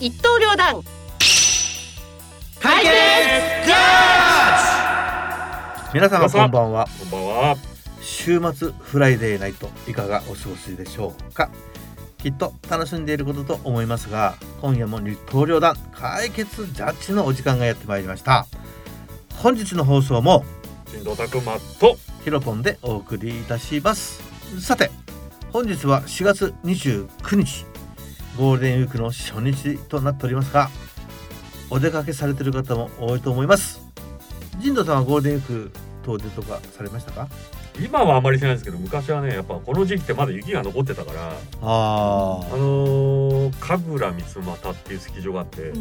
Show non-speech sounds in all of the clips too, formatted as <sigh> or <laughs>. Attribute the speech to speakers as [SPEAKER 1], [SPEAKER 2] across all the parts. [SPEAKER 1] 一刀両断
[SPEAKER 2] 解決
[SPEAKER 3] 皆様こんばんは
[SPEAKER 2] こんばんは
[SPEAKER 3] 週末フライデーナイトいかがお過ごしでしょうかきっと楽しんでいることと思いますが今夜も立東両団解決ジャッジのお時間がやってまいりました本日の放送も
[SPEAKER 2] 進藤拓馬と
[SPEAKER 3] ヒロポンでお送りいたしますさて本日は4月29日ゴールデンウィークの初日となっておりますがお出かけされてる方も多いと思います神道さんはゴールデンウィーク遠出とかされましたか
[SPEAKER 2] 今はあまりしてないですけど昔はねやっぱこの時期ってまだ雪が残ってたから
[SPEAKER 3] あ
[SPEAKER 2] あのー、神楽三俣っていうスキー場があって、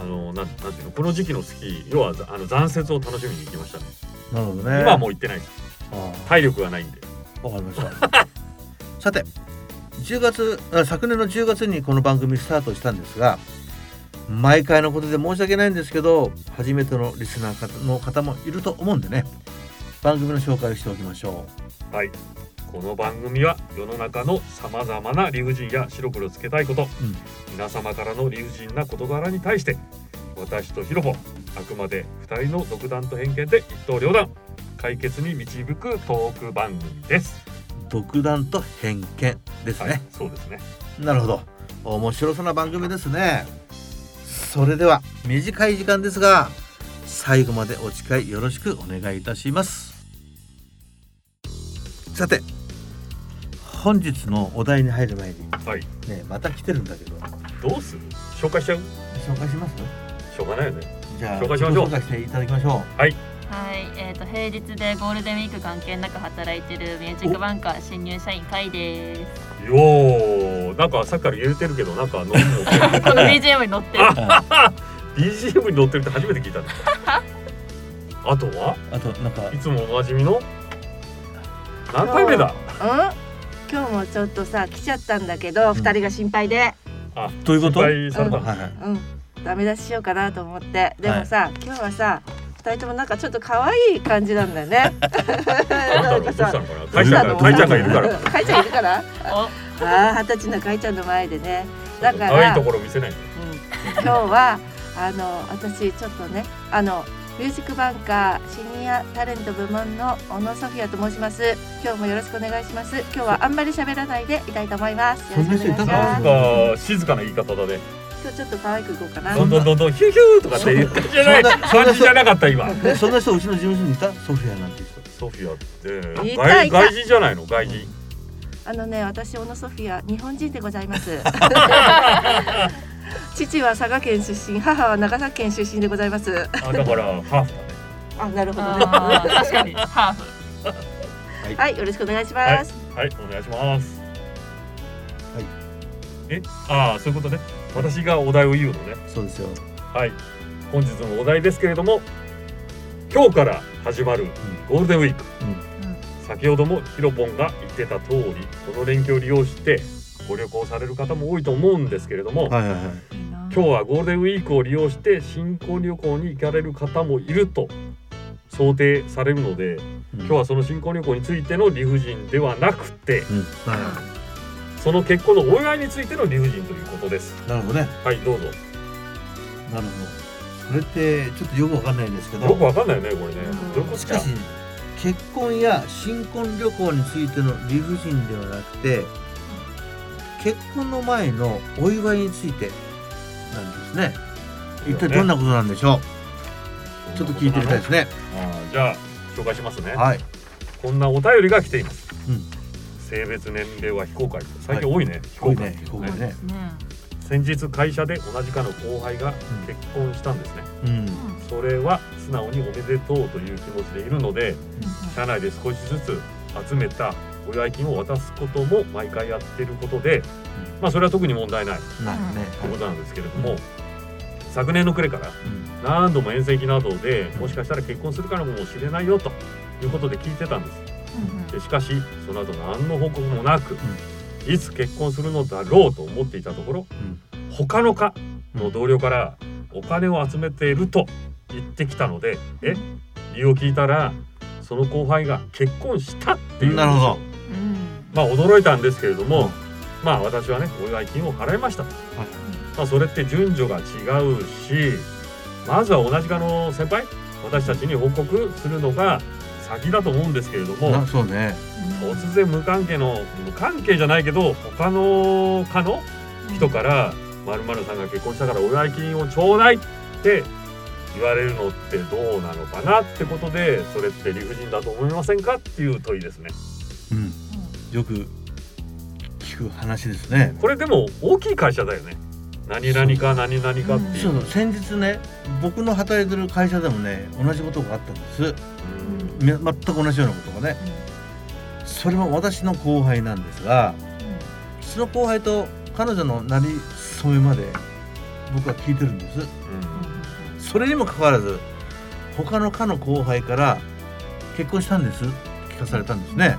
[SPEAKER 2] あのー、なんなんていうのこの時期のスキー要はざあの残雪を楽しみに行きましたね、
[SPEAKER 3] なるほどね
[SPEAKER 2] 今はもう行ってないです
[SPEAKER 3] ああ
[SPEAKER 2] 体力がないんで
[SPEAKER 3] わかりました <laughs> さて10月あ昨年の10月にこの番組スタートしたんですが毎回のことで申し訳ないんですけど初めてのリスナーの方もいると思うんでね番組の紹介をしておきましょ
[SPEAKER 2] はいこの番組は世の中のさまざまな理不尽や白黒つけたいこと、
[SPEAKER 3] うん
[SPEAKER 2] 皆様からの理不尽な事柄に対して私とヒロホあくまで2人の独断と偏見で一刀両断解決に導くトーク番組です。
[SPEAKER 3] う独断と偏見です
[SPEAKER 2] はい
[SPEAKER 3] ね、、
[SPEAKER 2] そうですね。
[SPEAKER 3] なるほど面白そうな番組ですねそれでは短い時間ですが最後までお誓いよろしくお願いいたしますさて本日のお題に入る前に
[SPEAKER 2] はい、
[SPEAKER 3] ねまた来てるんだけど
[SPEAKER 2] どうする？紹介しちゃう？
[SPEAKER 3] 紹介します
[SPEAKER 2] しょうがないよね。
[SPEAKER 3] じゃあ
[SPEAKER 2] 紹介しましょう
[SPEAKER 3] 紹介していただきまし
[SPEAKER 2] <laughs>
[SPEAKER 3] ょ
[SPEAKER 4] はい、えっ、と平日でゴールデンウィーク関係なく働いてるミュージックバンカー新入社員カイです。
[SPEAKER 3] <laughs>
[SPEAKER 2] よー、なんかさっきから言うてるけどなんか飲むの
[SPEAKER 4] この BGM に乗ってる。
[SPEAKER 2] あ BGM に乗ってるって初めて聞い <laughs> たんだ。あとは？
[SPEAKER 3] うあとなんか
[SPEAKER 2] いつもおなじみの何回目だ
[SPEAKER 1] あ今日もちょっとさ来ちゃったんだけど、
[SPEAKER 3] ん
[SPEAKER 1] 二人が心配で
[SPEAKER 2] あ
[SPEAKER 3] どういうこと
[SPEAKER 2] 失敗されたの
[SPEAKER 3] はいはい
[SPEAKER 1] うんダメ出ししようかなと思ってでもさ、今日はさ二人ともなんかちょっと可愛い感じなんだよね
[SPEAKER 2] なんだろうど
[SPEAKER 1] か
[SPEAKER 2] うした
[SPEAKER 1] さ
[SPEAKER 2] のかな会社が会社がいるから
[SPEAKER 1] かいちゃんいるから
[SPEAKER 4] お
[SPEAKER 1] ああ二十歳のかいちゃんの前でねだか
[SPEAKER 2] 可愛い
[SPEAKER 1] ら
[SPEAKER 2] ところ見せない
[SPEAKER 1] うん今日はあの私ちょっとねあのミュージックバンカーシニアタレント部門の小野ソフィアと申します今日もよろしくお願いします今日はあんまり喋らないでいたいと思いますよろしくお願いし
[SPEAKER 3] そんな人いた
[SPEAKER 1] ま
[SPEAKER 2] な
[SPEAKER 1] す
[SPEAKER 2] んか静かな言い方だね
[SPEAKER 1] 今日ちょっと可愛くいこうかな
[SPEAKER 2] どんどんどんどんヒューヒューとかっていう感じじゃない
[SPEAKER 3] そんな
[SPEAKER 2] 感じじゃなかった今
[SPEAKER 3] ねそんな人うちの事務所にいたソフィアなんていう人
[SPEAKER 2] ソフィアって
[SPEAKER 1] いた
[SPEAKER 2] 外
[SPEAKER 1] いた
[SPEAKER 2] 外人じゃないの外人
[SPEAKER 1] あのね私小野ソフィア日本人でございます父は佐賀県出身母は長崎県出身でございます
[SPEAKER 2] あだからハーフだね
[SPEAKER 1] あなるほどね
[SPEAKER 4] あー確かにハーフ。
[SPEAKER 1] はいよろしくお願いします、
[SPEAKER 2] はいお願いします
[SPEAKER 3] はい
[SPEAKER 2] えああそういうことね私がお題を言うのね
[SPEAKER 3] そうですよ
[SPEAKER 2] はい本日のお題ですけれども今日から始まるゴールデンウィーク、先ほどもヒロポンが言ってた通りこの連休を利用してご旅行される方も多いと思うんですけれども、
[SPEAKER 3] はいはいはい
[SPEAKER 2] 今日はゴールデンウィークを利用して新婚旅行に行かれる方もいると想定されるので
[SPEAKER 3] 今
[SPEAKER 2] 今日はその新婚旅行についての理不尽ではなくて
[SPEAKER 3] うんは
[SPEAKER 2] その結婚のお祝いについての理不尽ということです
[SPEAKER 3] いなるほどね
[SPEAKER 2] はいどうぞ
[SPEAKER 3] なるほどそれってちょっとよくわかんないんですけど
[SPEAKER 2] よくわかんないよねこれねどういうこと
[SPEAKER 3] しかし結婚や新婚旅行についての理不尽ではなくて結婚の前のお祝いについてなんですね一体どんなことなんでしょう、ちょっと聞いてみたいですね
[SPEAKER 2] あーじゃあ紹介しますね
[SPEAKER 3] はい
[SPEAKER 2] こんなお便りが来ています、
[SPEAKER 3] うん
[SPEAKER 2] 性別年齢は非公開最近多いね、非
[SPEAKER 3] こう
[SPEAKER 2] 公
[SPEAKER 3] いう
[SPEAKER 2] 開、
[SPEAKER 3] ねこういうね
[SPEAKER 2] 先日会社で同じ科の後輩が結婚したんですね、
[SPEAKER 3] うん
[SPEAKER 2] それは素直におめでとうという気持ちでいるので社内で少しずつ集めたお祝い金を渡すことも毎回やってることで、まあそれは特に問題ない
[SPEAKER 3] ないね
[SPEAKER 2] ということなんですけれども、昨年の暮れから
[SPEAKER 3] うん
[SPEAKER 2] 何度も遠征期などでもしかしたら結婚するかもしれないよということで聞いてたんですでしかしその後何の報告もなく、いつ結婚するのだろうと思っていたところ他の課の同僚からお金を集めていると言ってきたので、え理由を聞いたらその後輩が結婚したっていう
[SPEAKER 3] なるほど
[SPEAKER 2] まあ驚いたんですけれども、まあ私はねお祝い金を払いました、
[SPEAKER 1] い
[SPEAKER 2] まあ、それって順序が違うしまずは同じ科の先輩私たちに報告するのが先だと思うんですけれども
[SPEAKER 3] なそうね
[SPEAKER 2] 突然無関係の無関係じゃないけど他の科の人から「まるさんが結婚したからお祝い金をちょうだい」って言われるのってどうなのかなってことでそれって理不尽だと思いませんかっていう問いですね。
[SPEAKER 3] うんよく聞く話ですね
[SPEAKER 2] これでも大きい会社だよね。何々か何々かっていう
[SPEAKER 3] そう。そう先日ね僕の働いてる会社でもね同じことがあったんです
[SPEAKER 2] うん
[SPEAKER 3] み全く同じようなことがねそれも私の後輩なんですがその後輩と彼女のなり初めまで僕は聞いてるんですそれにもかかわらず他の課の後輩から「結婚したんです」って聞かされたんですね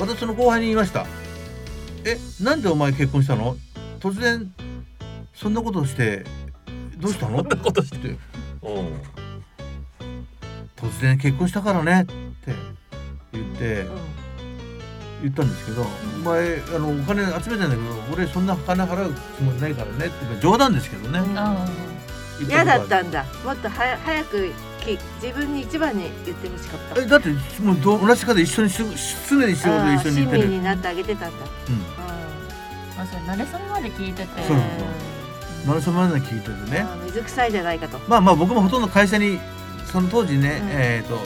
[SPEAKER 3] 私その後輩に言いました「えなんでお前結婚したの突然そんなことしてどうしたの?」
[SPEAKER 2] そんなことして
[SPEAKER 3] って
[SPEAKER 2] うんうん
[SPEAKER 3] 突然結婚したからね」って言って言ったんですけど「お前あのお金集めてんだけど俺そんな金払うつもりないからね」って冗談ですけどね
[SPEAKER 1] うん
[SPEAKER 4] あ
[SPEAKER 3] 言
[SPEAKER 1] 嫌だ
[SPEAKER 3] こ
[SPEAKER 1] っ
[SPEAKER 3] とがあ
[SPEAKER 1] たんだもっとはや早くき自分に一番に言ってほしかった
[SPEAKER 3] るえだってもうど同じ課で一緒にし常に仕事で一緒に行って
[SPEAKER 1] あー親身
[SPEAKER 3] る、
[SPEAKER 1] になってあげてたんだ、
[SPEAKER 3] うん、
[SPEAKER 4] ーあそれ慣れ初めまで聞いてて
[SPEAKER 3] そうなんだ
[SPEAKER 1] う
[SPEAKER 3] マルソマルナ聞いてる
[SPEAKER 1] ん
[SPEAKER 3] ね
[SPEAKER 1] あー水臭いじゃないかと、
[SPEAKER 3] まあまあ僕もほとんど会社にその当時ね、
[SPEAKER 1] うん
[SPEAKER 3] えっ、と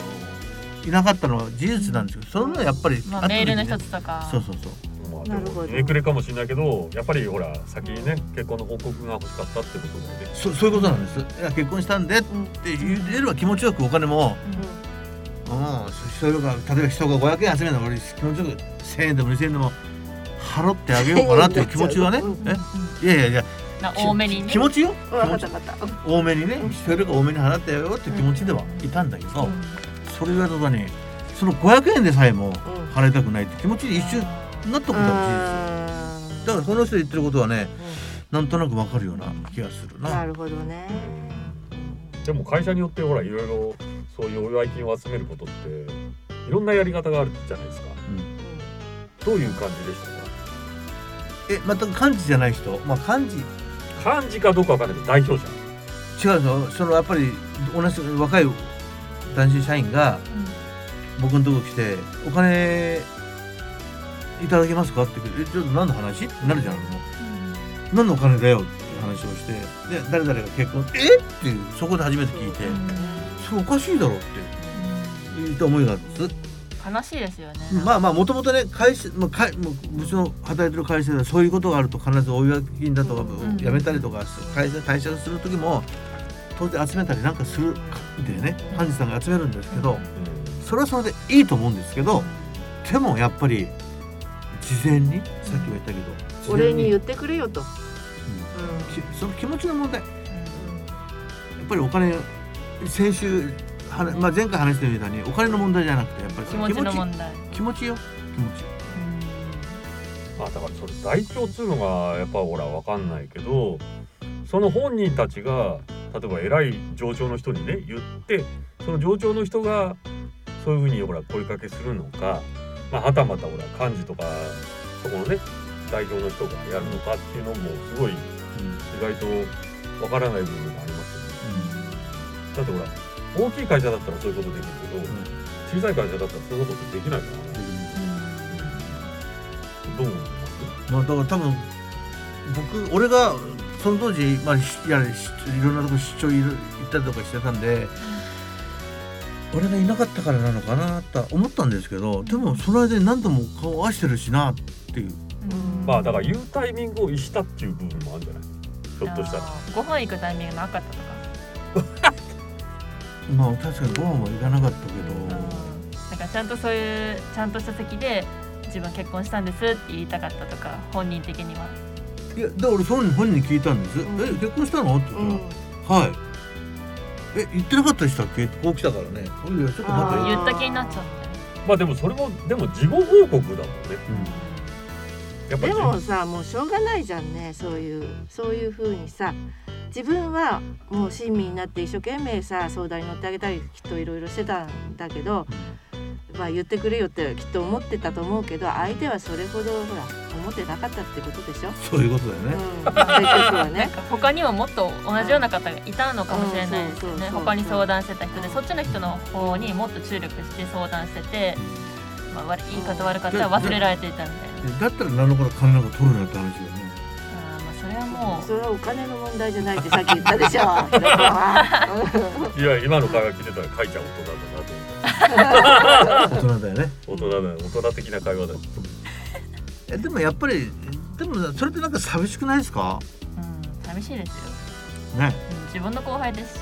[SPEAKER 3] いなかったのは事実なんですけどその分はやっぱり、
[SPEAKER 4] ま
[SPEAKER 3] あ
[SPEAKER 4] あ
[SPEAKER 3] った
[SPEAKER 4] メ
[SPEAKER 3] 時に
[SPEAKER 4] ー
[SPEAKER 3] ね
[SPEAKER 4] ルの一つとか
[SPEAKER 3] そうそうそう
[SPEAKER 2] まあ
[SPEAKER 1] なるほ
[SPEAKER 2] でも
[SPEAKER 1] ど
[SPEAKER 2] ひねくれかもしれないけどやっぱりほら先にね結婚の報告が欲しかったってことでね。
[SPEAKER 3] そそういうことなんですいや結婚したんでっ
[SPEAKER 1] うん
[SPEAKER 3] て言えれば気持ちよくお金も、うん、人が例えば人が500円集めるの俺気持ちよく1000円でも2000円でも払ってあげようかなっていう気持ちはね
[SPEAKER 1] うんうん
[SPEAKER 3] えいやいやいや
[SPEAKER 4] な多めにね
[SPEAKER 3] 気持ちよ
[SPEAKER 1] うん、わかったわかった
[SPEAKER 3] 多めにね人よりか多めに払ってあげようっていう気持ちではいたんだけど、
[SPEAKER 4] うん
[SPEAKER 3] それ言われた途端にその500円でさえも
[SPEAKER 1] うん
[SPEAKER 3] 払いたくないって気持ちに一瞬なったことは
[SPEAKER 1] あ
[SPEAKER 3] 事
[SPEAKER 1] ー
[SPEAKER 3] 実だからこの人言ってることはねなんとなくわかるような気がする
[SPEAKER 1] な
[SPEAKER 3] な
[SPEAKER 1] るほどね。
[SPEAKER 2] でも会社によってほらいろいろそういうお祝い金を集めることっていろんなやり方があるじゃないですか。どういう感じでしたか
[SPEAKER 3] え全く漢字じゃない人まあ漢字違う
[SPEAKER 2] 漢字かどうかわかんないけど代表者。
[SPEAKER 3] のそのやっぱり同じ若い男性社員が僕のとこ来て「お金いただけますか?」って言うけどえちょっと何の話?」ってなるじゃんもう何のお金だよ?」っていう話をしてで誰々が結婚「えっ?」っていうそこで初めて聞いて
[SPEAKER 4] うん
[SPEAKER 3] 「それおかしいだろ」って言った思いがあるんです
[SPEAKER 4] 悲しいですよね
[SPEAKER 3] まあまあもともとね会社、まあ、会もううちの働いてる会社ではそういうことがあると必ずお祝い金だとか
[SPEAKER 1] うん
[SPEAKER 3] 辞めたりとか会社退社する時も当然集めたりなんかするんだよね
[SPEAKER 4] うん
[SPEAKER 3] 幹事さんが集めるんですけど
[SPEAKER 2] う
[SPEAKER 3] それはそれでいいと思うんですけどでもやっぱり事前にさっきも言ったけど事
[SPEAKER 1] お
[SPEAKER 3] 前
[SPEAKER 1] 礼に言ってくれよと。
[SPEAKER 3] きその気持ちの問題やっぱりお金先週はなまあ、前回話したみたいにお金の問題じゃなくてやっぱり
[SPEAKER 4] 気持ちの
[SPEAKER 3] 気持
[SPEAKER 4] 問題
[SPEAKER 3] ち気持ちよ気持ち
[SPEAKER 2] んまあだからそれ代表っつうのがやっぱほらわかんないけどその本人たちが例えば偉い上長の人にね言ってその上長の人がそういうふうにほら声かけするのか、まあ、はたまたほら幹事とかそこのね代表の人がやるのかっていうのもすごい意
[SPEAKER 3] うん
[SPEAKER 2] 外とわからない部分がありますよね。だってほら大きい会社だったらそういうことできるけど、小さい会社だったらそういうことってできないからねどう思います
[SPEAKER 3] まあだから多分僕俺がその当時、まあ、しやれしいろんなとこ出張いる行ったりとかしてたんで、俺がいなかったからなのかなとは思ったんですけどでもその間に何度も顔合わせてるしなっていう
[SPEAKER 1] うん
[SPEAKER 2] まあだから言うタイミングを逸したっていう部分もあるんじゃないひょっとしたら
[SPEAKER 4] あーご飯行くタイミングなかったとか
[SPEAKER 3] まあ確かにご飯は行かなかったけど、
[SPEAKER 4] なんかちゃんとそういうちゃんとした席で自分結婚したんですって言いたかったとか本人的にはい
[SPEAKER 3] やだから俺その本人に聞いたんです「
[SPEAKER 1] うん
[SPEAKER 3] え結婚したの?」って言
[SPEAKER 1] う
[SPEAKER 3] っ
[SPEAKER 1] ん。
[SPEAKER 3] たら「はい」え言ってなかったでしたっけってこう来たからね「おいいやちょっと待
[SPEAKER 1] あ
[SPEAKER 3] っ
[SPEAKER 1] ー
[SPEAKER 3] てよ
[SPEAKER 4] 言った気になっちゃ
[SPEAKER 1] <laughs>
[SPEAKER 4] った
[SPEAKER 2] まあでもそれもでも事後報告だもんねやっぱ
[SPEAKER 1] で
[SPEAKER 2] り
[SPEAKER 1] もさ、もうしょうがないじゃんね。そういうそういう風にさ、自分はもう親身になって一生懸命さ、相談に乗ってあげたりきっといろいろしてたんだけど、まあ言ってくれよってきっと思ってたと思うけど相手はそれほどほら思ってなかったってことでしょ、
[SPEAKER 3] そういうことだよ
[SPEAKER 1] うん
[SPEAKER 3] ね、、
[SPEAKER 1] まあ結局は <laughs> ね
[SPEAKER 4] 他にももっと同じような方がいたのかもしれないですよ
[SPEAKER 1] うんそうそう
[SPEAKER 4] ね
[SPEAKER 1] そう
[SPEAKER 4] 他に相談してた人でそっちの人の方にもっと注力して相談してて、まあ、悪い言い方悪かったら忘れられていたみたいな。
[SPEAKER 3] だったら何のこの金なんか取るなって話だよね
[SPEAKER 4] あーまあそれはも
[SPEAKER 1] それはお金の問題じゃないってさっき言ったで <laughs> しょひろこはい
[SPEAKER 2] や今の会話聞いてたら書いちゃう大人だなと思った
[SPEAKER 3] 大人だよね
[SPEAKER 2] 大人だ大人的な会話だし
[SPEAKER 3] えでもやっぱりでもそれってなんか寂しくないですか
[SPEAKER 4] う、うん、寂しいですよ、
[SPEAKER 3] ね
[SPEAKER 4] うん自分の後輩ですし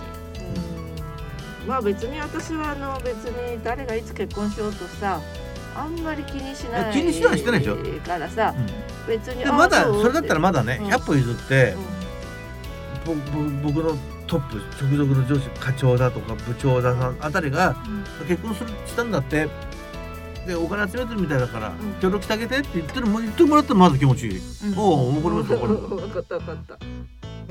[SPEAKER 1] うんまあ別に私はあの別に誰がいつ結婚しようとさあんまり気にしない
[SPEAKER 3] いや気にしないしてないでしょ
[SPEAKER 1] からさ別に
[SPEAKER 3] でまだ
[SPEAKER 1] あそう
[SPEAKER 3] それだったらまだね
[SPEAKER 1] うん
[SPEAKER 3] 100歩譲って
[SPEAKER 1] うん
[SPEAKER 3] ぼぼ僕のトップ直属の上司課長だとか部長ださんあたりが結婚するしたんだってでお金集めてるみたいだから
[SPEAKER 1] ん
[SPEAKER 3] 協力してあげてって言ってるも言ってもらったらまず気持ちいい
[SPEAKER 4] うん
[SPEAKER 3] おお怒ります怒ります
[SPEAKER 1] わかったわかった。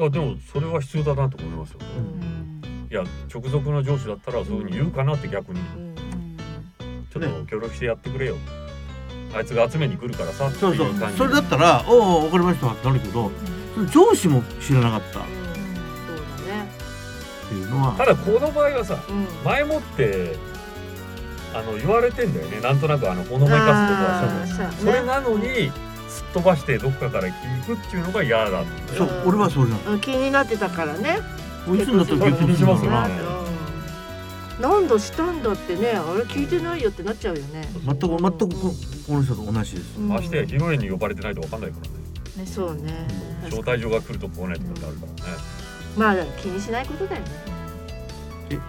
[SPEAKER 2] あでもそれは必要だなと思いますよね
[SPEAKER 4] うん
[SPEAKER 2] いや直属の上司だったらそういうふうに言うかなって逆に
[SPEAKER 1] うん
[SPEAKER 2] ちょっと協力してやってくれよあいつが集めに来るからさって
[SPEAKER 3] そう
[SPEAKER 2] い
[SPEAKER 3] そう
[SPEAKER 2] う感じ
[SPEAKER 3] それだったら「おお分かりました」ってなるけどその上司も知らなかったっ
[SPEAKER 1] そうだね。
[SPEAKER 3] ていうのは
[SPEAKER 2] ただこの場合はさ
[SPEAKER 1] うん。
[SPEAKER 2] 前もってあの言われてんだよねなんとなくあのほのめかすことは
[SPEAKER 1] あーそう
[SPEAKER 2] そ
[SPEAKER 1] ね
[SPEAKER 2] れなのにすっ飛ばしてどっかから聞くっていうのが嫌だって
[SPEAKER 3] そう俺はそうじゃん
[SPEAKER 1] うん気になってたからね。
[SPEAKER 3] こいつになったら結婚するのかな
[SPEAKER 2] 結婚するのかな
[SPEAKER 1] うん何度したんだってね、あれ聞いてないよってなっちゃうよね。
[SPEAKER 3] 全く全くここの人と同じです
[SPEAKER 1] うん
[SPEAKER 2] ましてや披露宴に呼ばれてないと分かんないからね
[SPEAKER 4] ね
[SPEAKER 1] そうね。
[SPEAKER 2] 招待状が来ると来ないとかってあるからね
[SPEAKER 1] まあ気にしないことだよね。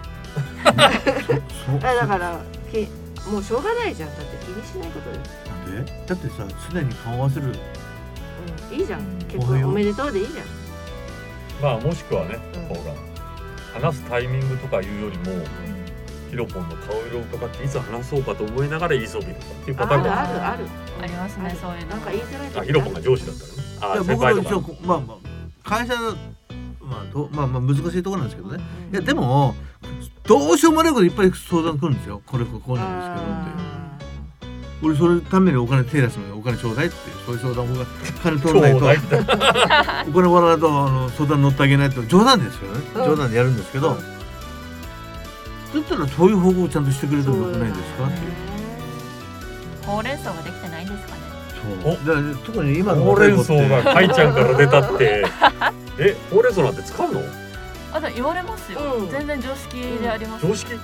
[SPEAKER 3] そう
[SPEAKER 1] あだからきもうしょうがないじゃん。だって気にしないことで。
[SPEAKER 3] なんでだってさ常に顔合わせる
[SPEAKER 1] うんいいじゃん。結
[SPEAKER 3] おは
[SPEAKER 1] 婚
[SPEAKER 3] よう
[SPEAKER 1] おめでとうでいいじゃん。
[SPEAKER 2] まあもしくはね
[SPEAKER 1] う
[SPEAKER 2] ほ
[SPEAKER 1] ん
[SPEAKER 2] ら話すタイミングとかいうよりもヒロポンの顔色を伺っていつ話そうかと思いながら言いそびるとかっていうパターン
[SPEAKER 1] あ
[SPEAKER 2] が
[SPEAKER 1] るあるある。
[SPEAKER 4] ありますねそういうの
[SPEAKER 1] なんか言いづらい時
[SPEAKER 2] あヒロポンが上司だったら
[SPEAKER 3] い
[SPEAKER 2] ねあ
[SPEAKER 3] や
[SPEAKER 2] 先
[SPEAKER 3] 僕
[SPEAKER 2] 輩と
[SPEAKER 3] の
[SPEAKER 2] か
[SPEAKER 3] そうまあまあ会社のまあどまあまあ難しいところなんですけどね
[SPEAKER 1] うん
[SPEAKER 3] いやでもどうしようもないこといっぱい相談来るんですよこれこうこうなんですけどって
[SPEAKER 1] あ
[SPEAKER 3] 俺それためにお金手出すのにお金ちょうだいってそういう相談を金
[SPEAKER 2] ちょ
[SPEAKER 3] 取
[SPEAKER 2] う
[SPEAKER 3] ら
[SPEAKER 2] だ
[SPEAKER 3] ないいと
[SPEAKER 2] みたいな
[SPEAKER 3] お金もらわないとあの相談乗ってあげないと冗談ですよね、
[SPEAKER 1] うん
[SPEAKER 3] 冗談でやるんですけど、
[SPEAKER 1] うん
[SPEAKER 3] だったらそういう報告をちゃんとしてくれ
[SPEAKER 1] ー
[SPEAKER 3] たらよくないですか
[SPEAKER 1] そう
[SPEAKER 4] ほ
[SPEAKER 3] って
[SPEAKER 1] だね
[SPEAKER 4] うれん草ができてないんですかね
[SPEAKER 3] いうそうだから特に今の
[SPEAKER 2] ほうれん
[SPEAKER 3] 若
[SPEAKER 2] 草
[SPEAKER 3] い子って
[SPEAKER 2] がかいちゃんから出たってえほうれん草なんて使うの
[SPEAKER 4] あでも言われますよ、
[SPEAKER 1] うん
[SPEAKER 4] 全然常識であります、
[SPEAKER 2] 常識
[SPEAKER 1] うん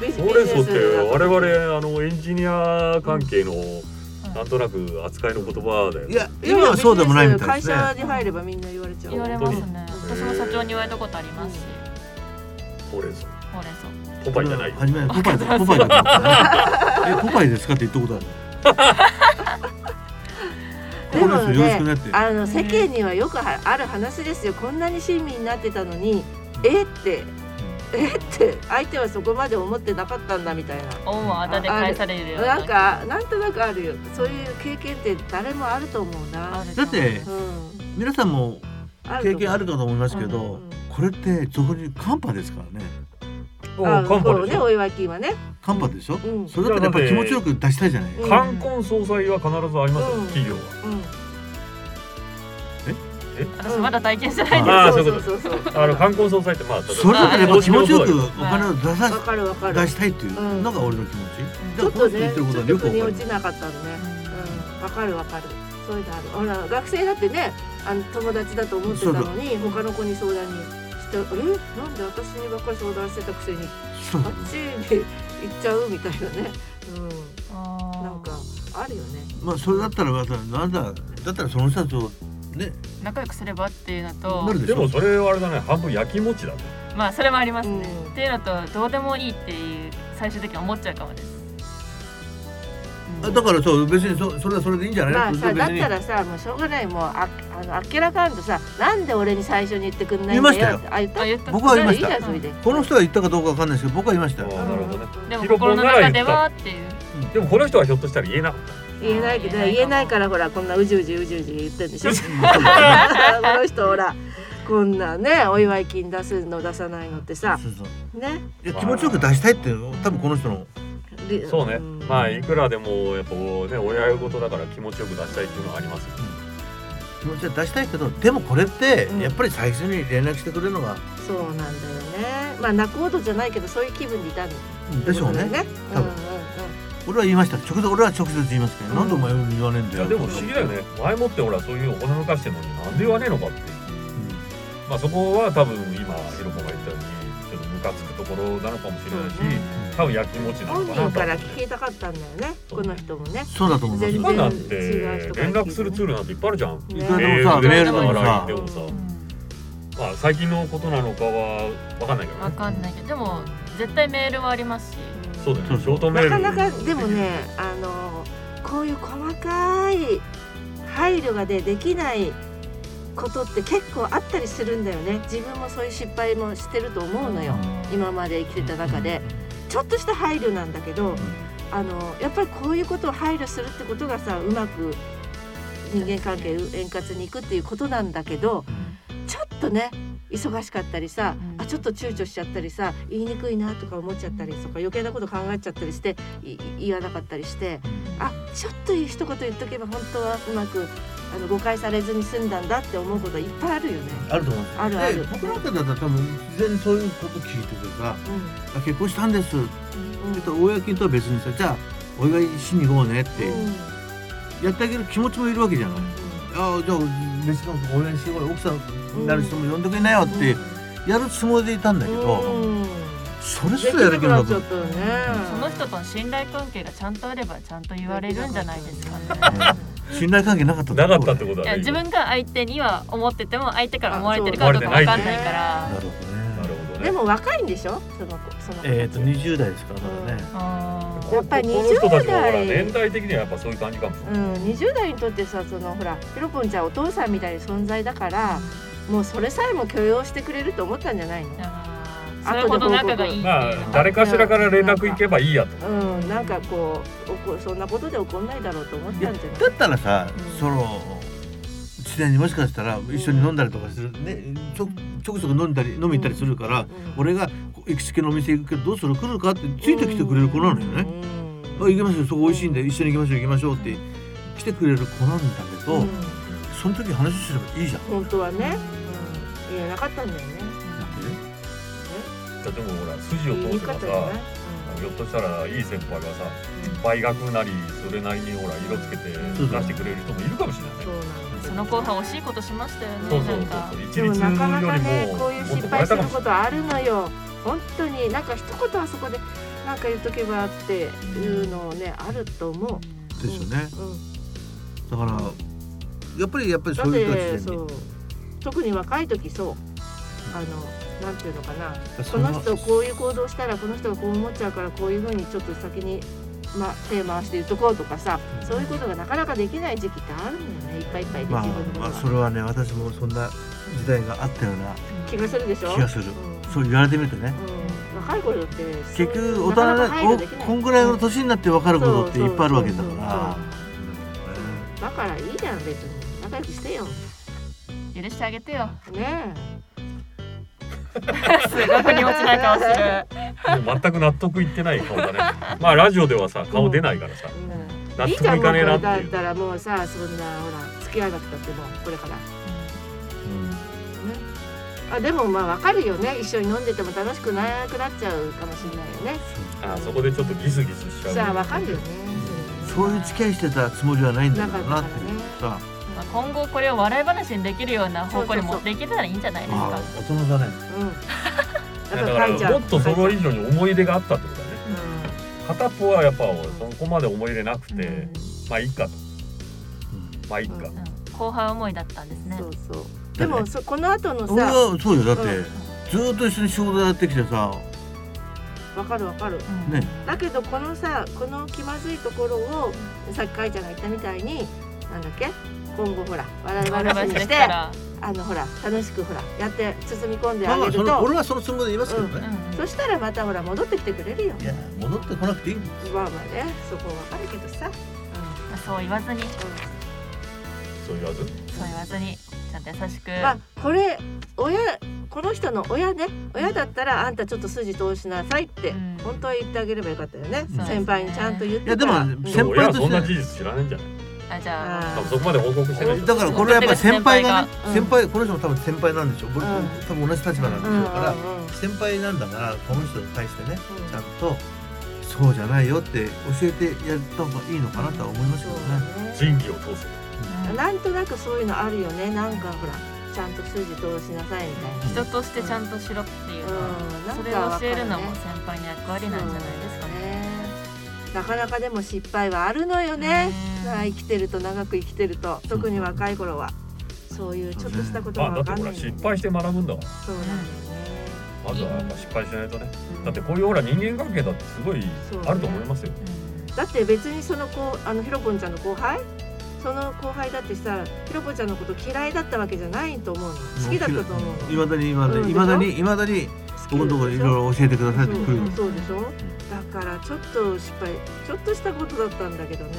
[SPEAKER 1] ビジ
[SPEAKER 2] ほうれん草っ
[SPEAKER 1] ビジネスだ
[SPEAKER 2] て
[SPEAKER 1] と
[SPEAKER 2] 我々あのエンジニア関係の
[SPEAKER 4] うん
[SPEAKER 2] なんとなく扱いの言葉だよ
[SPEAKER 3] い
[SPEAKER 2] ね
[SPEAKER 3] や今はそうでもないみたいですね
[SPEAKER 1] 会社に入ればみんな言われちゃう。
[SPEAKER 4] 言われますね
[SPEAKER 1] 本
[SPEAKER 2] 当に
[SPEAKER 4] 私も社長に言われたことありますし、
[SPEAKER 2] ほうれん草
[SPEAKER 4] ほうれん草
[SPEAKER 2] ポパイじゃない
[SPEAKER 3] 初めポパイだポパイだと思ったえポパイですかって <laughs> 言ったことある
[SPEAKER 1] でも
[SPEAKER 3] これですよろ
[SPEAKER 1] ね
[SPEAKER 3] しくねって
[SPEAKER 1] あの世間にはよくはある話ですよこんなに親身になってたのにえってえって相手はそこまで思ってなかったんだみたいな
[SPEAKER 4] 恩はあだで返されるような
[SPEAKER 1] なんかなんとなくあるよそういう経験って誰もあると思うな。
[SPEAKER 3] だって
[SPEAKER 1] うん
[SPEAKER 3] 皆さんも経験あるかと思いますけ
[SPEAKER 1] う
[SPEAKER 3] ど、
[SPEAKER 1] ん
[SPEAKER 3] これって俗に言う寒波ですからね
[SPEAKER 2] お
[SPEAKER 1] あ
[SPEAKER 2] カンパ
[SPEAKER 1] そう
[SPEAKER 2] でし
[SPEAKER 1] ね
[SPEAKER 2] ょ
[SPEAKER 1] お祝い金はね。
[SPEAKER 3] 寒波でしょ、
[SPEAKER 1] うんうん
[SPEAKER 3] それだったらやっぱ気持ちよく出したいじゃない、
[SPEAKER 1] うん
[SPEAKER 2] 冠婚葬祭は必ずありますよ
[SPEAKER 1] うん
[SPEAKER 2] 企業は
[SPEAKER 4] 私まだ体験してないんで
[SPEAKER 2] ああ
[SPEAKER 1] そ
[SPEAKER 2] そうう
[SPEAKER 1] そ
[SPEAKER 2] いううことと
[SPEAKER 1] こそうそう。
[SPEAKER 2] あの冠婚葬祭ってまあ例えば
[SPEAKER 3] それだったらやっぱ気持ちよくお金を出さ
[SPEAKER 1] わかるわかる。
[SPEAKER 3] 出
[SPEAKER 1] ち
[SPEAKER 3] したいっていうのが俺の気持ち。だ
[SPEAKER 1] ょ
[SPEAKER 3] か
[SPEAKER 1] っ
[SPEAKER 3] らこの
[SPEAKER 1] と
[SPEAKER 3] 人
[SPEAKER 1] ね
[SPEAKER 3] 言っ
[SPEAKER 1] ち
[SPEAKER 3] てること
[SPEAKER 1] ょ
[SPEAKER 3] は
[SPEAKER 1] っ
[SPEAKER 3] よく
[SPEAKER 1] と腑に
[SPEAKER 3] わかる
[SPEAKER 1] 落。ちなかったのね。うんわかるわかる。そういうのある。ほら学生だってね、あの友達だと思ってたのに他の子に相談にして、えなんで私にばっかり相談してたくせに
[SPEAKER 3] そう
[SPEAKER 1] あっちに行っちゃうみたいなね。うん。なんかあるよね。
[SPEAKER 3] まあそれだったらまたなんだだったらその人たちをね
[SPEAKER 4] 仲良くすればっていうの
[SPEAKER 3] な
[SPEAKER 4] と
[SPEAKER 3] るでし
[SPEAKER 2] で
[SPEAKER 3] ょ
[SPEAKER 2] も。それはあれだね半分焼き餅だね
[SPEAKER 4] まあそれもありますね、
[SPEAKER 1] うん
[SPEAKER 4] っていうのとどうでもいいっていう最終的に思っちゃうかもです、
[SPEAKER 3] あだからそう別にそそれはそれでいいんじゃない？
[SPEAKER 1] まあさ
[SPEAKER 3] 別
[SPEAKER 1] だっ
[SPEAKER 3] に
[SPEAKER 1] たらさもうしょうがないもうああのあっけらかんとさなんで俺に最初に言ってくんないんだよってあ言った
[SPEAKER 4] あ言った
[SPEAKER 3] 僕は言いまし
[SPEAKER 1] じゃ
[SPEAKER 3] た
[SPEAKER 1] あいいじゃんそれで
[SPEAKER 3] この人が言ったかどうかわかんないですけど僕は言いましたよ。
[SPEAKER 2] あなるほどね
[SPEAKER 4] でも
[SPEAKER 2] ヒロポ
[SPEAKER 4] 心
[SPEAKER 2] ン
[SPEAKER 4] の
[SPEAKER 2] なら言
[SPEAKER 4] 中
[SPEAKER 2] った
[SPEAKER 4] ではっていう
[SPEAKER 2] でもこの人はひょっとしたら言えなかった
[SPEAKER 1] 言えないけど言えないからほらこんなうじうじうじうじ言ってんでしょこの人ほらこんなねお祝い金出すの出さないのってさ
[SPEAKER 3] そうそう。
[SPEAKER 1] ね
[SPEAKER 3] いや気持ちよく出したいっていうの多分この人の
[SPEAKER 1] り
[SPEAKER 2] そうね
[SPEAKER 1] ん
[SPEAKER 2] まあいくらでもやっぱこうね親事だから気持ちよく出したいっていうのはありますよ
[SPEAKER 3] 気持ちは出したいけどでもこれって
[SPEAKER 1] うん
[SPEAKER 3] やっぱり最初に連絡してくれるのが、
[SPEAKER 1] そうなんだよねまあ泣くほどじゃないけどそういう気分でいたん
[SPEAKER 3] でしょうね多分俺は言いました直接俺は直接言いますけど、
[SPEAKER 1] うん
[SPEAKER 3] なんでお前に言わねえん
[SPEAKER 2] い
[SPEAKER 3] だよ
[SPEAKER 2] やでも不思議だよね前もってほらそういうお金抜かしてるのになんで言わねえのかっていうまあそこは多分今ひろこが言ったようにちょっとムカつくところなのかもしれないし、
[SPEAKER 1] そうね
[SPEAKER 2] 多分やきもちな
[SPEAKER 1] 本
[SPEAKER 2] のかな
[SPEAKER 1] 人
[SPEAKER 2] と
[SPEAKER 1] か
[SPEAKER 2] 思
[SPEAKER 1] ら
[SPEAKER 2] って
[SPEAKER 1] 聞きたかったんだよねこの人もね
[SPEAKER 3] そうだと思います
[SPEAKER 1] 全
[SPEAKER 2] 今
[SPEAKER 1] 然
[SPEAKER 2] なんて連絡するツールなんていっぱいあるじゃん、
[SPEAKER 3] い
[SPEAKER 1] ね
[SPEAKER 3] くらでもさ
[SPEAKER 2] メ
[SPEAKER 3] メ
[SPEAKER 2] ー
[SPEAKER 3] ール
[SPEAKER 2] ル
[SPEAKER 3] で
[SPEAKER 2] でも
[SPEAKER 3] も
[SPEAKER 2] さ
[SPEAKER 3] さ
[SPEAKER 2] でもさまあ最近のことなのかは分かんないけど
[SPEAKER 4] わ
[SPEAKER 2] ね
[SPEAKER 4] かんないけどでも絶対メールはありますし
[SPEAKER 2] そうだよ
[SPEAKER 3] そ
[SPEAKER 2] ね
[SPEAKER 3] う
[SPEAKER 2] ショートメール
[SPEAKER 1] なかなかでもねあのこういう細かい配慮がでできないことって結構あったりするんだよね自分もそういう失敗もしてると思うのよ今まで生きてた中でちょっとした配慮なんだけどあのやっぱりこういうことを配慮するってことがさうまく人間関係う円滑にいくっていうことなんだけどちょっとね忙しかったりさ、
[SPEAKER 4] うん
[SPEAKER 1] あちょっと躊躇しちゃったりさ言いにくいなとか思っちゃったりとか余計なこと考えちゃったりしていい言わなかったりしてあちょっと一言言っとけば本当はうまくあの誤解されずに済んだんだって思うこといっぱいあるよね。
[SPEAKER 3] あると思うんですよ
[SPEAKER 1] あるある
[SPEAKER 3] で僕なんかだったら多分事前にそういうこと聞いてくさ
[SPEAKER 1] う
[SPEAKER 3] あ結婚したんですちょ
[SPEAKER 1] ん
[SPEAKER 3] っと公とは別にさじゃあお祝いしに行こうねって、
[SPEAKER 1] うんうん
[SPEAKER 3] やってあげる気持ちもいるわけじゃないああじゃあ別のお祝いしてこい奥さんになる人も呼んでくれなよってやるつもりでいたんだけど、
[SPEAKER 1] うん
[SPEAKER 3] それ
[SPEAKER 1] ですき
[SPEAKER 3] らや
[SPEAKER 1] な
[SPEAKER 3] る
[SPEAKER 1] く
[SPEAKER 3] 気な
[SPEAKER 1] なっ
[SPEAKER 3] く
[SPEAKER 1] ちゃ
[SPEAKER 3] な
[SPEAKER 1] っ
[SPEAKER 3] る
[SPEAKER 1] たよね。
[SPEAKER 4] その人との信頼関係がちゃんとあればちゃんと言われるんじゃないですかね
[SPEAKER 3] 信頼関係なかった
[SPEAKER 2] なかったってこと
[SPEAKER 4] い
[SPEAKER 2] だ
[SPEAKER 4] や
[SPEAKER 2] ね
[SPEAKER 4] 自分が相手には思ってても相手から思われてるか
[SPEAKER 2] あ
[SPEAKER 4] ど
[SPEAKER 2] そうう
[SPEAKER 4] かわかんないから
[SPEAKER 3] なるほど
[SPEAKER 2] なる
[SPEAKER 3] ね
[SPEAKER 2] ほど
[SPEAKER 1] で
[SPEAKER 2] ね
[SPEAKER 1] も若いんでしょその子その子
[SPEAKER 3] えっ、と20代ですからまだね、
[SPEAKER 4] あ
[SPEAKER 2] こ
[SPEAKER 4] ー
[SPEAKER 1] やっぱり
[SPEAKER 2] この人たちもほ
[SPEAKER 1] 20
[SPEAKER 2] ら
[SPEAKER 1] 代
[SPEAKER 2] 年代的にはやっぱそういう感じかもしれない
[SPEAKER 1] うん、20代にとってさそのほらひろぽんちゃんお父さんみたいな存在だからもうそれさえも許容してくれると思ったんじゃないの
[SPEAKER 4] あーそれほど仲がいいっていうの
[SPEAKER 2] ま
[SPEAKER 4] は
[SPEAKER 2] あ誰かしらから連絡行けばいいやと
[SPEAKER 1] うんなんかこうおこそんなことで怒んないだろうと思ったんじゃない
[SPEAKER 3] だったらさ、
[SPEAKER 1] うん
[SPEAKER 3] その自然にもしかしたら一緒に飲んだりとかする、ねちょちょくちょく飲んだり飲み行ったりするから、俺が行きつけのお店行くけどどうする来るかってついてきてくれる子なのよね、
[SPEAKER 1] うん
[SPEAKER 3] あ行きましょうそこ美味しいんで一緒に行きましょう行きましょうって来てくれる子なんだけど、
[SPEAKER 1] うん
[SPEAKER 3] その時話すればいいじゃん。
[SPEAKER 1] 本当はね、うん、言えなかったんだよね
[SPEAKER 2] だってでもほら筋を
[SPEAKER 1] 言いに
[SPEAKER 2] 通せ
[SPEAKER 1] くか
[SPEAKER 2] ば
[SPEAKER 1] っ
[SPEAKER 2] さ
[SPEAKER 1] たじゃない
[SPEAKER 2] ひょっとしたらいい先輩がさ倍額なりそれなりにほら色つけて出してくれる人もいるかもしれないね
[SPEAKER 1] そうなんだ
[SPEAKER 4] その後半惜しいことしましたよね
[SPEAKER 2] そうそう
[SPEAKER 4] なんか
[SPEAKER 2] そ
[SPEAKER 1] で
[SPEAKER 2] うそう
[SPEAKER 1] も
[SPEAKER 2] 一律
[SPEAKER 1] なかな
[SPEAKER 2] よ
[SPEAKER 1] か
[SPEAKER 2] り
[SPEAKER 1] ね
[SPEAKER 2] も
[SPEAKER 1] こういう
[SPEAKER 2] もっ
[SPEAKER 1] 失
[SPEAKER 2] と
[SPEAKER 1] 敗
[SPEAKER 2] 倍
[SPEAKER 1] す
[SPEAKER 2] 高
[SPEAKER 1] る
[SPEAKER 2] もし
[SPEAKER 1] ことあるのよ本当になんか一言あそこでなんか言っとけばっていうのをねあると思
[SPEAKER 3] でですよね。
[SPEAKER 1] う、うん、
[SPEAKER 3] だからやっぱりやっぱり
[SPEAKER 1] だ
[SPEAKER 3] そ
[SPEAKER 1] っ
[SPEAKER 3] ういう人たち
[SPEAKER 1] て
[SPEAKER 3] で
[SPEAKER 1] そう特に若い時そうあのなんていうのかなこ
[SPEAKER 3] そ
[SPEAKER 1] の人こういう行動したらこの人がこう思っちゃうからこういうふうにちょっと先に、ま、手回して言っとこうとかさそういうことがなかなかできない時期ってあるんだよねいっぱいいっぱいで
[SPEAKER 3] まあ
[SPEAKER 1] 自分のこと
[SPEAKER 3] ま
[SPEAKER 1] が、
[SPEAKER 3] あそれはね私もそんな時代があったような
[SPEAKER 1] 気がするでしょ
[SPEAKER 3] 気がする。
[SPEAKER 1] うん
[SPEAKER 3] そう言われてみるとね。
[SPEAKER 1] うん若い頃ってそう
[SPEAKER 3] 結
[SPEAKER 1] いう
[SPEAKER 3] 局大
[SPEAKER 1] なかなか配慮
[SPEAKER 3] 人で
[SPEAKER 1] でき
[SPEAKER 3] お
[SPEAKER 1] ない
[SPEAKER 3] こんぐらいの年になって分かることって
[SPEAKER 1] そう
[SPEAKER 3] い
[SPEAKER 1] そう
[SPEAKER 3] っぱいあるわけだから
[SPEAKER 1] そう。だからいいじゃん別に仲良くしてよね
[SPEAKER 4] 許してあげてよ
[SPEAKER 1] え
[SPEAKER 4] すごく荷物ない顔する
[SPEAKER 2] もう全く納得いってない顔だねまあラジオではさ顔出ないからさ納
[SPEAKER 1] いい
[SPEAKER 2] 得い
[SPEAKER 1] じゃんも
[SPEAKER 2] か
[SPEAKER 1] うこ
[SPEAKER 2] ねえ
[SPEAKER 1] れ
[SPEAKER 2] な
[SPEAKER 1] だ
[SPEAKER 2] っ
[SPEAKER 1] って
[SPEAKER 2] いう
[SPEAKER 1] たらもうさそんなほら付き合わなくたってもうこれからあでもまあわかるよね一緒に飲んでても楽しくなくなっちゃうかもしれないよね
[SPEAKER 2] あそこでちょっとギスギスしちゃう
[SPEAKER 1] じゃあわかるよね
[SPEAKER 3] そういう付き合いしてたつもりはないんだろうなっていうさ。
[SPEAKER 4] まあ今後これを笑い話にできるような方向に持っていけたらいいんじゃないです
[SPEAKER 3] ああ
[SPEAKER 4] か
[SPEAKER 3] 大人だね。
[SPEAKER 2] <laughs>
[SPEAKER 1] うん
[SPEAKER 2] だ
[SPEAKER 1] だ
[SPEAKER 2] か
[SPEAKER 1] か
[SPEAKER 2] らら
[SPEAKER 1] 書いちゃう
[SPEAKER 2] もっとそれ以上に思い出があったってことだね
[SPEAKER 1] うん
[SPEAKER 2] 片っぽはやっぱそこまで思い入れなくて、
[SPEAKER 4] うん
[SPEAKER 2] まあいいかとまあいいか、
[SPEAKER 1] うん
[SPEAKER 4] うん後半思いだったんですね
[SPEAKER 1] そうそうでもそこの後の
[SPEAKER 3] 俺
[SPEAKER 1] さ
[SPEAKER 3] はそうよだって
[SPEAKER 1] うん
[SPEAKER 3] ずっと一緒に仕事やってきてさ。
[SPEAKER 1] わかるわかる
[SPEAKER 4] うん
[SPEAKER 3] ね
[SPEAKER 1] だけどこのさこの気まずいところをさっきかいちゃんが言ったみたいになんだっけ今後ほら笑い
[SPEAKER 4] 笑い
[SPEAKER 1] 話
[SPEAKER 4] 話
[SPEAKER 1] に
[SPEAKER 4] で
[SPEAKER 1] し
[SPEAKER 4] き
[SPEAKER 1] て
[SPEAKER 4] たら
[SPEAKER 1] あのほら楽しくほらやって包み込んで
[SPEAKER 3] ま
[SPEAKER 1] あ
[SPEAKER 3] あま
[SPEAKER 1] げ
[SPEAKER 3] あ
[SPEAKER 1] る
[SPEAKER 3] その
[SPEAKER 1] と
[SPEAKER 3] 俺はそのつもりで言いますけど
[SPEAKER 4] うん
[SPEAKER 3] ね。
[SPEAKER 1] そしたらまたほら戻ってきてくれるよ
[SPEAKER 3] いや戻ってこなくていい。
[SPEAKER 1] まあまあねそこわかるけどさ
[SPEAKER 4] まあそう言わずに
[SPEAKER 1] う
[SPEAKER 2] そう言わず
[SPEAKER 4] そう言わずにちゃんと優しく
[SPEAKER 1] んまあこれ親この人の親ね親だったらあんたちょっと筋通しなさいって、
[SPEAKER 4] うん
[SPEAKER 1] 本当は言ってあげればよかったよね、
[SPEAKER 3] そうですね
[SPEAKER 1] 先輩にちゃんと言って
[SPEAKER 3] いやでも
[SPEAKER 1] から
[SPEAKER 3] 先
[SPEAKER 2] でも親は
[SPEAKER 3] と
[SPEAKER 2] そ
[SPEAKER 3] し
[SPEAKER 2] ん
[SPEAKER 3] て
[SPEAKER 2] な事実知らないんじゃない
[SPEAKER 4] あじゃあ
[SPEAKER 1] あ
[SPEAKER 2] 多分
[SPEAKER 1] ー
[SPEAKER 2] そこまで報告してない
[SPEAKER 3] だからこれはやっぱり先輩がね
[SPEAKER 1] うん
[SPEAKER 3] 先輩この人も多分先輩なんでしょう僕
[SPEAKER 1] うん
[SPEAKER 3] 多分同じ立場なんでしょうから
[SPEAKER 1] うんうんうん
[SPEAKER 3] 先輩なんだからこの人に対してね
[SPEAKER 1] うん
[SPEAKER 3] ちゃんとそうじゃないよって教えてやった方がいいのかなとは思いますけ
[SPEAKER 1] そ
[SPEAKER 3] どね
[SPEAKER 1] うね
[SPEAKER 2] 人気を通せ
[SPEAKER 4] うん
[SPEAKER 1] なんとなくそういうのあるよねなんかほらちゃんと筋通しなさいみたいな
[SPEAKER 4] 人としてちゃんとしろっていう、
[SPEAKER 1] うんなん
[SPEAKER 4] それ
[SPEAKER 1] かわ
[SPEAKER 4] を
[SPEAKER 1] か
[SPEAKER 4] 教えるのも
[SPEAKER 1] ね
[SPEAKER 4] 先輩の役割なんじゃないですかね。
[SPEAKER 1] そうねなかなかでも失敗はあるのよね
[SPEAKER 4] うん
[SPEAKER 1] まあ生きてると長く生きてると特に若い頃はそういうちょっとしたこと
[SPEAKER 2] ま
[SPEAKER 1] が
[SPEAKER 2] あだ
[SPEAKER 1] わ
[SPEAKER 2] って
[SPEAKER 1] かん
[SPEAKER 2] ほ
[SPEAKER 1] な
[SPEAKER 2] ら
[SPEAKER 1] い
[SPEAKER 2] 失敗して学ぶんだか
[SPEAKER 1] そうなんだよね
[SPEAKER 2] らまずはやっぱ失敗しないとね
[SPEAKER 1] うん
[SPEAKER 2] だってこういうほら人間関係だってすごいあると思いますよ
[SPEAKER 1] だって別にその子あのひろぽんちゃんの後輩その後輩だってさひろぽんちゃんのこと嫌いだったわけじゃないと思うの好きだったと思うの
[SPEAKER 3] いまだにいまだ
[SPEAKER 1] うん
[SPEAKER 3] にいまだにいまだに
[SPEAKER 1] 好き
[SPEAKER 3] 僕のところ
[SPEAKER 1] で
[SPEAKER 3] い
[SPEAKER 1] しょ
[SPEAKER 3] ろいろ教えてくださいってくるの
[SPEAKER 1] そうそうでしょだからちょっと失敗ちょっとしたことだったんだけどね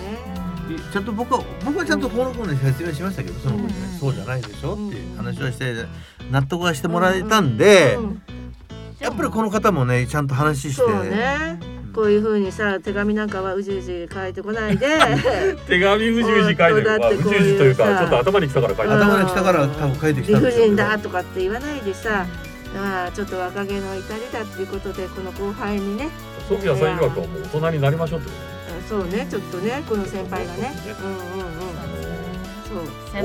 [SPEAKER 3] ちゃんと僕は僕はちゃんとこの子に説明しましたけどその子にね
[SPEAKER 4] うん
[SPEAKER 3] そうじゃないでしょっていう
[SPEAKER 1] うん
[SPEAKER 3] 話はして納得はしてもらえたんで
[SPEAKER 1] うん
[SPEAKER 3] やっぱりこの方もねちゃんと話して
[SPEAKER 1] そうねこういう風にさ手紙なんかはうじうじ書いて
[SPEAKER 2] <laughs>
[SPEAKER 1] こないで
[SPEAKER 2] 手紙うじうじ書いて
[SPEAKER 1] 本
[SPEAKER 2] る
[SPEAKER 1] 当だ
[SPEAKER 2] ま
[SPEAKER 1] っ
[SPEAKER 2] あ
[SPEAKER 1] て
[SPEAKER 2] うじ
[SPEAKER 1] こう
[SPEAKER 2] う
[SPEAKER 1] いう
[SPEAKER 2] じというか
[SPEAKER 1] さ
[SPEAKER 2] ちょっと頭にきたから書いて
[SPEAKER 1] うん
[SPEAKER 2] あ
[SPEAKER 3] 頭に来たから多分書いてき
[SPEAKER 1] 理
[SPEAKER 3] たん
[SPEAKER 1] 不
[SPEAKER 3] でしょう
[SPEAKER 1] 尽
[SPEAKER 3] けど
[SPEAKER 1] だとかって言わないでさまあちょっと若気の至りだっていうことでこの後輩にね
[SPEAKER 2] ソフィアさん曰くはもう大人になりましょうってこ
[SPEAKER 1] うんそうねちょっとねこの先輩がね
[SPEAKER 2] そうですね
[SPEAKER 1] うん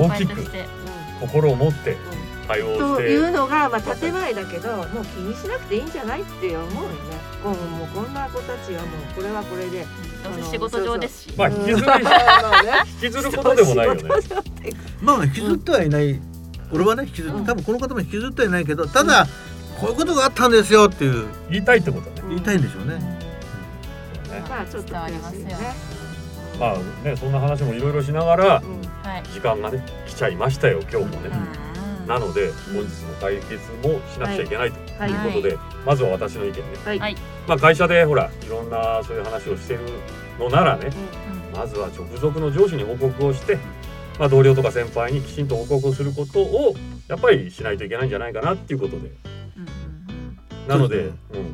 [SPEAKER 1] うんうんそう、うん
[SPEAKER 4] 先輩として、
[SPEAKER 2] と心を持って対応し
[SPEAKER 1] と
[SPEAKER 2] て
[SPEAKER 1] いうのがまあ建前だけどもう気にしなくていいんじゃないって思うよね今後もうこんな子たちはもうこれはこれで
[SPEAKER 4] どうせ仕事上ですし、
[SPEAKER 2] まあ引きずる
[SPEAKER 1] うんまあね
[SPEAKER 2] 引きずることでもないよね
[SPEAKER 1] そう仕事上っていうか
[SPEAKER 3] まあ引きずってはいない、俺はね引きずっ
[SPEAKER 1] う
[SPEAKER 3] て
[SPEAKER 1] ん
[SPEAKER 3] 多分この方も引きずってはいないけどただ、こういうことがあったんですよっていう
[SPEAKER 2] 言いたいってことだね
[SPEAKER 1] うん
[SPEAKER 3] 言いたいんでしょうね、
[SPEAKER 2] そうだね
[SPEAKER 1] まあちょっと
[SPEAKER 4] 伝わりま
[SPEAKER 1] 悔
[SPEAKER 4] す
[SPEAKER 1] しい
[SPEAKER 4] よ
[SPEAKER 1] ね
[SPEAKER 4] ね。
[SPEAKER 2] まあねそんな話もいろいろしながら
[SPEAKER 1] うん
[SPEAKER 4] はい。
[SPEAKER 2] 時間がね来ちゃいましたよ今日もねなので本日の解決もしなくちゃいけないと
[SPEAKER 1] はいい、
[SPEAKER 2] うことでまずは私の意見で
[SPEAKER 1] はい
[SPEAKER 4] はい
[SPEAKER 2] まあ会社でほらいろんなそういう話をしてるのならねまずは直属の上司に報告をして、まあ、同僚とか先輩にきちんと報告をすることをやっぱりしないといけないんじゃないかなっていうことでなので、うん、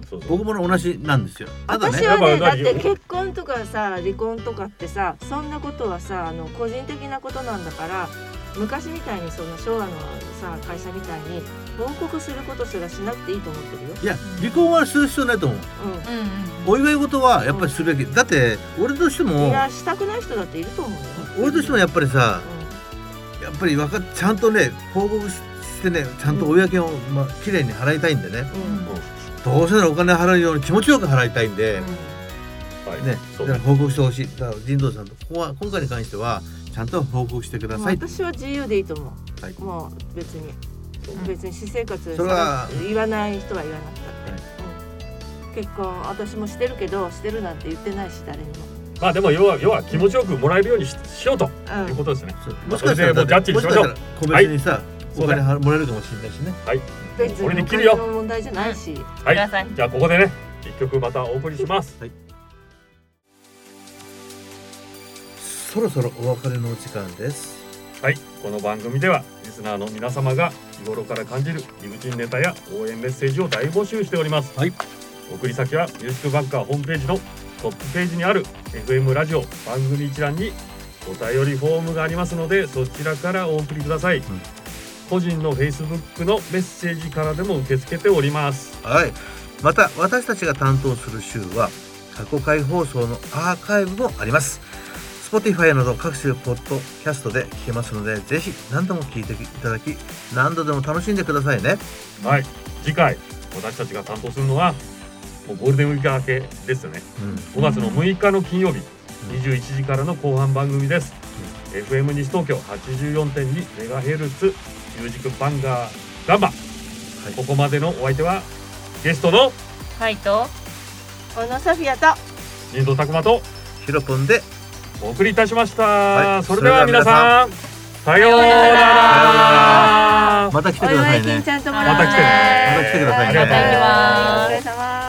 [SPEAKER 2] そうそう
[SPEAKER 3] 僕もね同じなんですよただ
[SPEAKER 1] 私
[SPEAKER 3] ね
[SPEAKER 1] はね
[SPEAKER 2] やっ
[SPEAKER 1] だっ
[SPEAKER 2] ぱ
[SPEAKER 1] て結婚とかさ離婚とかってさそんなことはさあの個人的なことなんだから昔みたいにその昭和のさ会社みたいに報告することすらしなくていいと思ってるよ。
[SPEAKER 3] いや離婚はする必要ないと思う
[SPEAKER 4] うんうん
[SPEAKER 3] お祝い事はやっぱりするべき、だって俺として
[SPEAKER 1] うん、い
[SPEAKER 3] も
[SPEAKER 1] やしたくない人だっていると思うよ。
[SPEAKER 3] 俺としてもやっぱりさ
[SPEAKER 1] う
[SPEAKER 3] やっぱりわかちゃんとね報告ししてねちゃんと公金を、まあ綺麗に払いたいんでね
[SPEAKER 1] んうん
[SPEAKER 3] どうせならお金払うように気持ちよく払いたいんで、
[SPEAKER 2] はい
[SPEAKER 3] ね、
[SPEAKER 2] そ
[SPEAKER 3] だ
[SPEAKER 2] う
[SPEAKER 3] から報告してほしい。だから人道さんとここは今回に関してはちゃんと報告してくだ
[SPEAKER 1] もう
[SPEAKER 3] さい。
[SPEAKER 1] 私は自由でいいと思う。
[SPEAKER 3] はい
[SPEAKER 1] もう別に
[SPEAKER 2] うん
[SPEAKER 1] 別に私生活
[SPEAKER 3] それは
[SPEAKER 1] 言わない人は言わなくたって、うん、結婚私もしてるけどしてるなんて言ってないし誰にも。
[SPEAKER 2] まあでも要は要は気持ちよくもらえるようにししようと
[SPEAKER 1] うん
[SPEAKER 2] いうことですね、
[SPEAKER 3] そう
[SPEAKER 2] まあそれでもうジャッジにしましょう
[SPEAKER 3] もかしたら個別にさ、
[SPEAKER 2] そう
[SPEAKER 3] お
[SPEAKER 2] だよ
[SPEAKER 3] 金はもらえるかもしれないしね。
[SPEAKER 1] 別に
[SPEAKER 2] 俺に
[SPEAKER 1] お
[SPEAKER 2] 切るよ
[SPEAKER 1] 金の問題じゃないし。
[SPEAKER 2] は
[SPEAKER 4] く
[SPEAKER 2] い
[SPEAKER 4] ださい。
[SPEAKER 2] じゃあここでね一曲またお送りします
[SPEAKER 3] そろそろお別れのお時間です。
[SPEAKER 2] はいこの番組ではリスナーの皆様が日頃から感じる理不尽ネタや応援メッセージを大募集しております、
[SPEAKER 3] はい
[SPEAKER 2] 送り先はミュージックバンカーホームページのトップページにある FM ラジオ番組一覧にお便りフォームがありますのでそちらからお送りください、個人の Facebook のメッセージからでも受け付けております
[SPEAKER 3] はい。また私たちが担当する週は過去回放送のアーカイブもあります。Spotify など各種ポッドキャストで聞けますので、ぜひ何度も聞いていただき、何度でも楽しんでくださいね。
[SPEAKER 2] はい次回私たちが担当するのはもうゴールデンウィーク明けですよね
[SPEAKER 3] うん。
[SPEAKER 2] 5月の6日の金曜日21時からの後半番組です、FM 西東京 84.2MHz ミュージックバンガーガンバ、
[SPEAKER 3] い
[SPEAKER 2] ここまでのお相手はゲストの
[SPEAKER 4] はいと。
[SPEAKER 1] 小野ソフィアと
[SPEAKER 2] 人造拓磨と
[SPEAKER 3] ヒロポンで
[SPEAKER 2] お送りいたしました、
[SPEAKER 3] はい
[SPEAKER 2] それでは皆さんさようなら
[SPEAKER 3] また来て
[SPEAKER 1] お
[SPEAKER 3] くださ
[SPEAKER 1] 祝い
[SPEAKER 3] いね
[SPEAKER 1] 金ち。ゃんともら
[SPEAKER 2] ま
[SPEAKER 1] って
[SPEAKER 2] た来てね
[SPEAKER 3] また来てくださいね
[SPEAKER 2] ありがとうございます
[SPEAKER 4] また来てきます
[SPEAKER 1] お疲れ様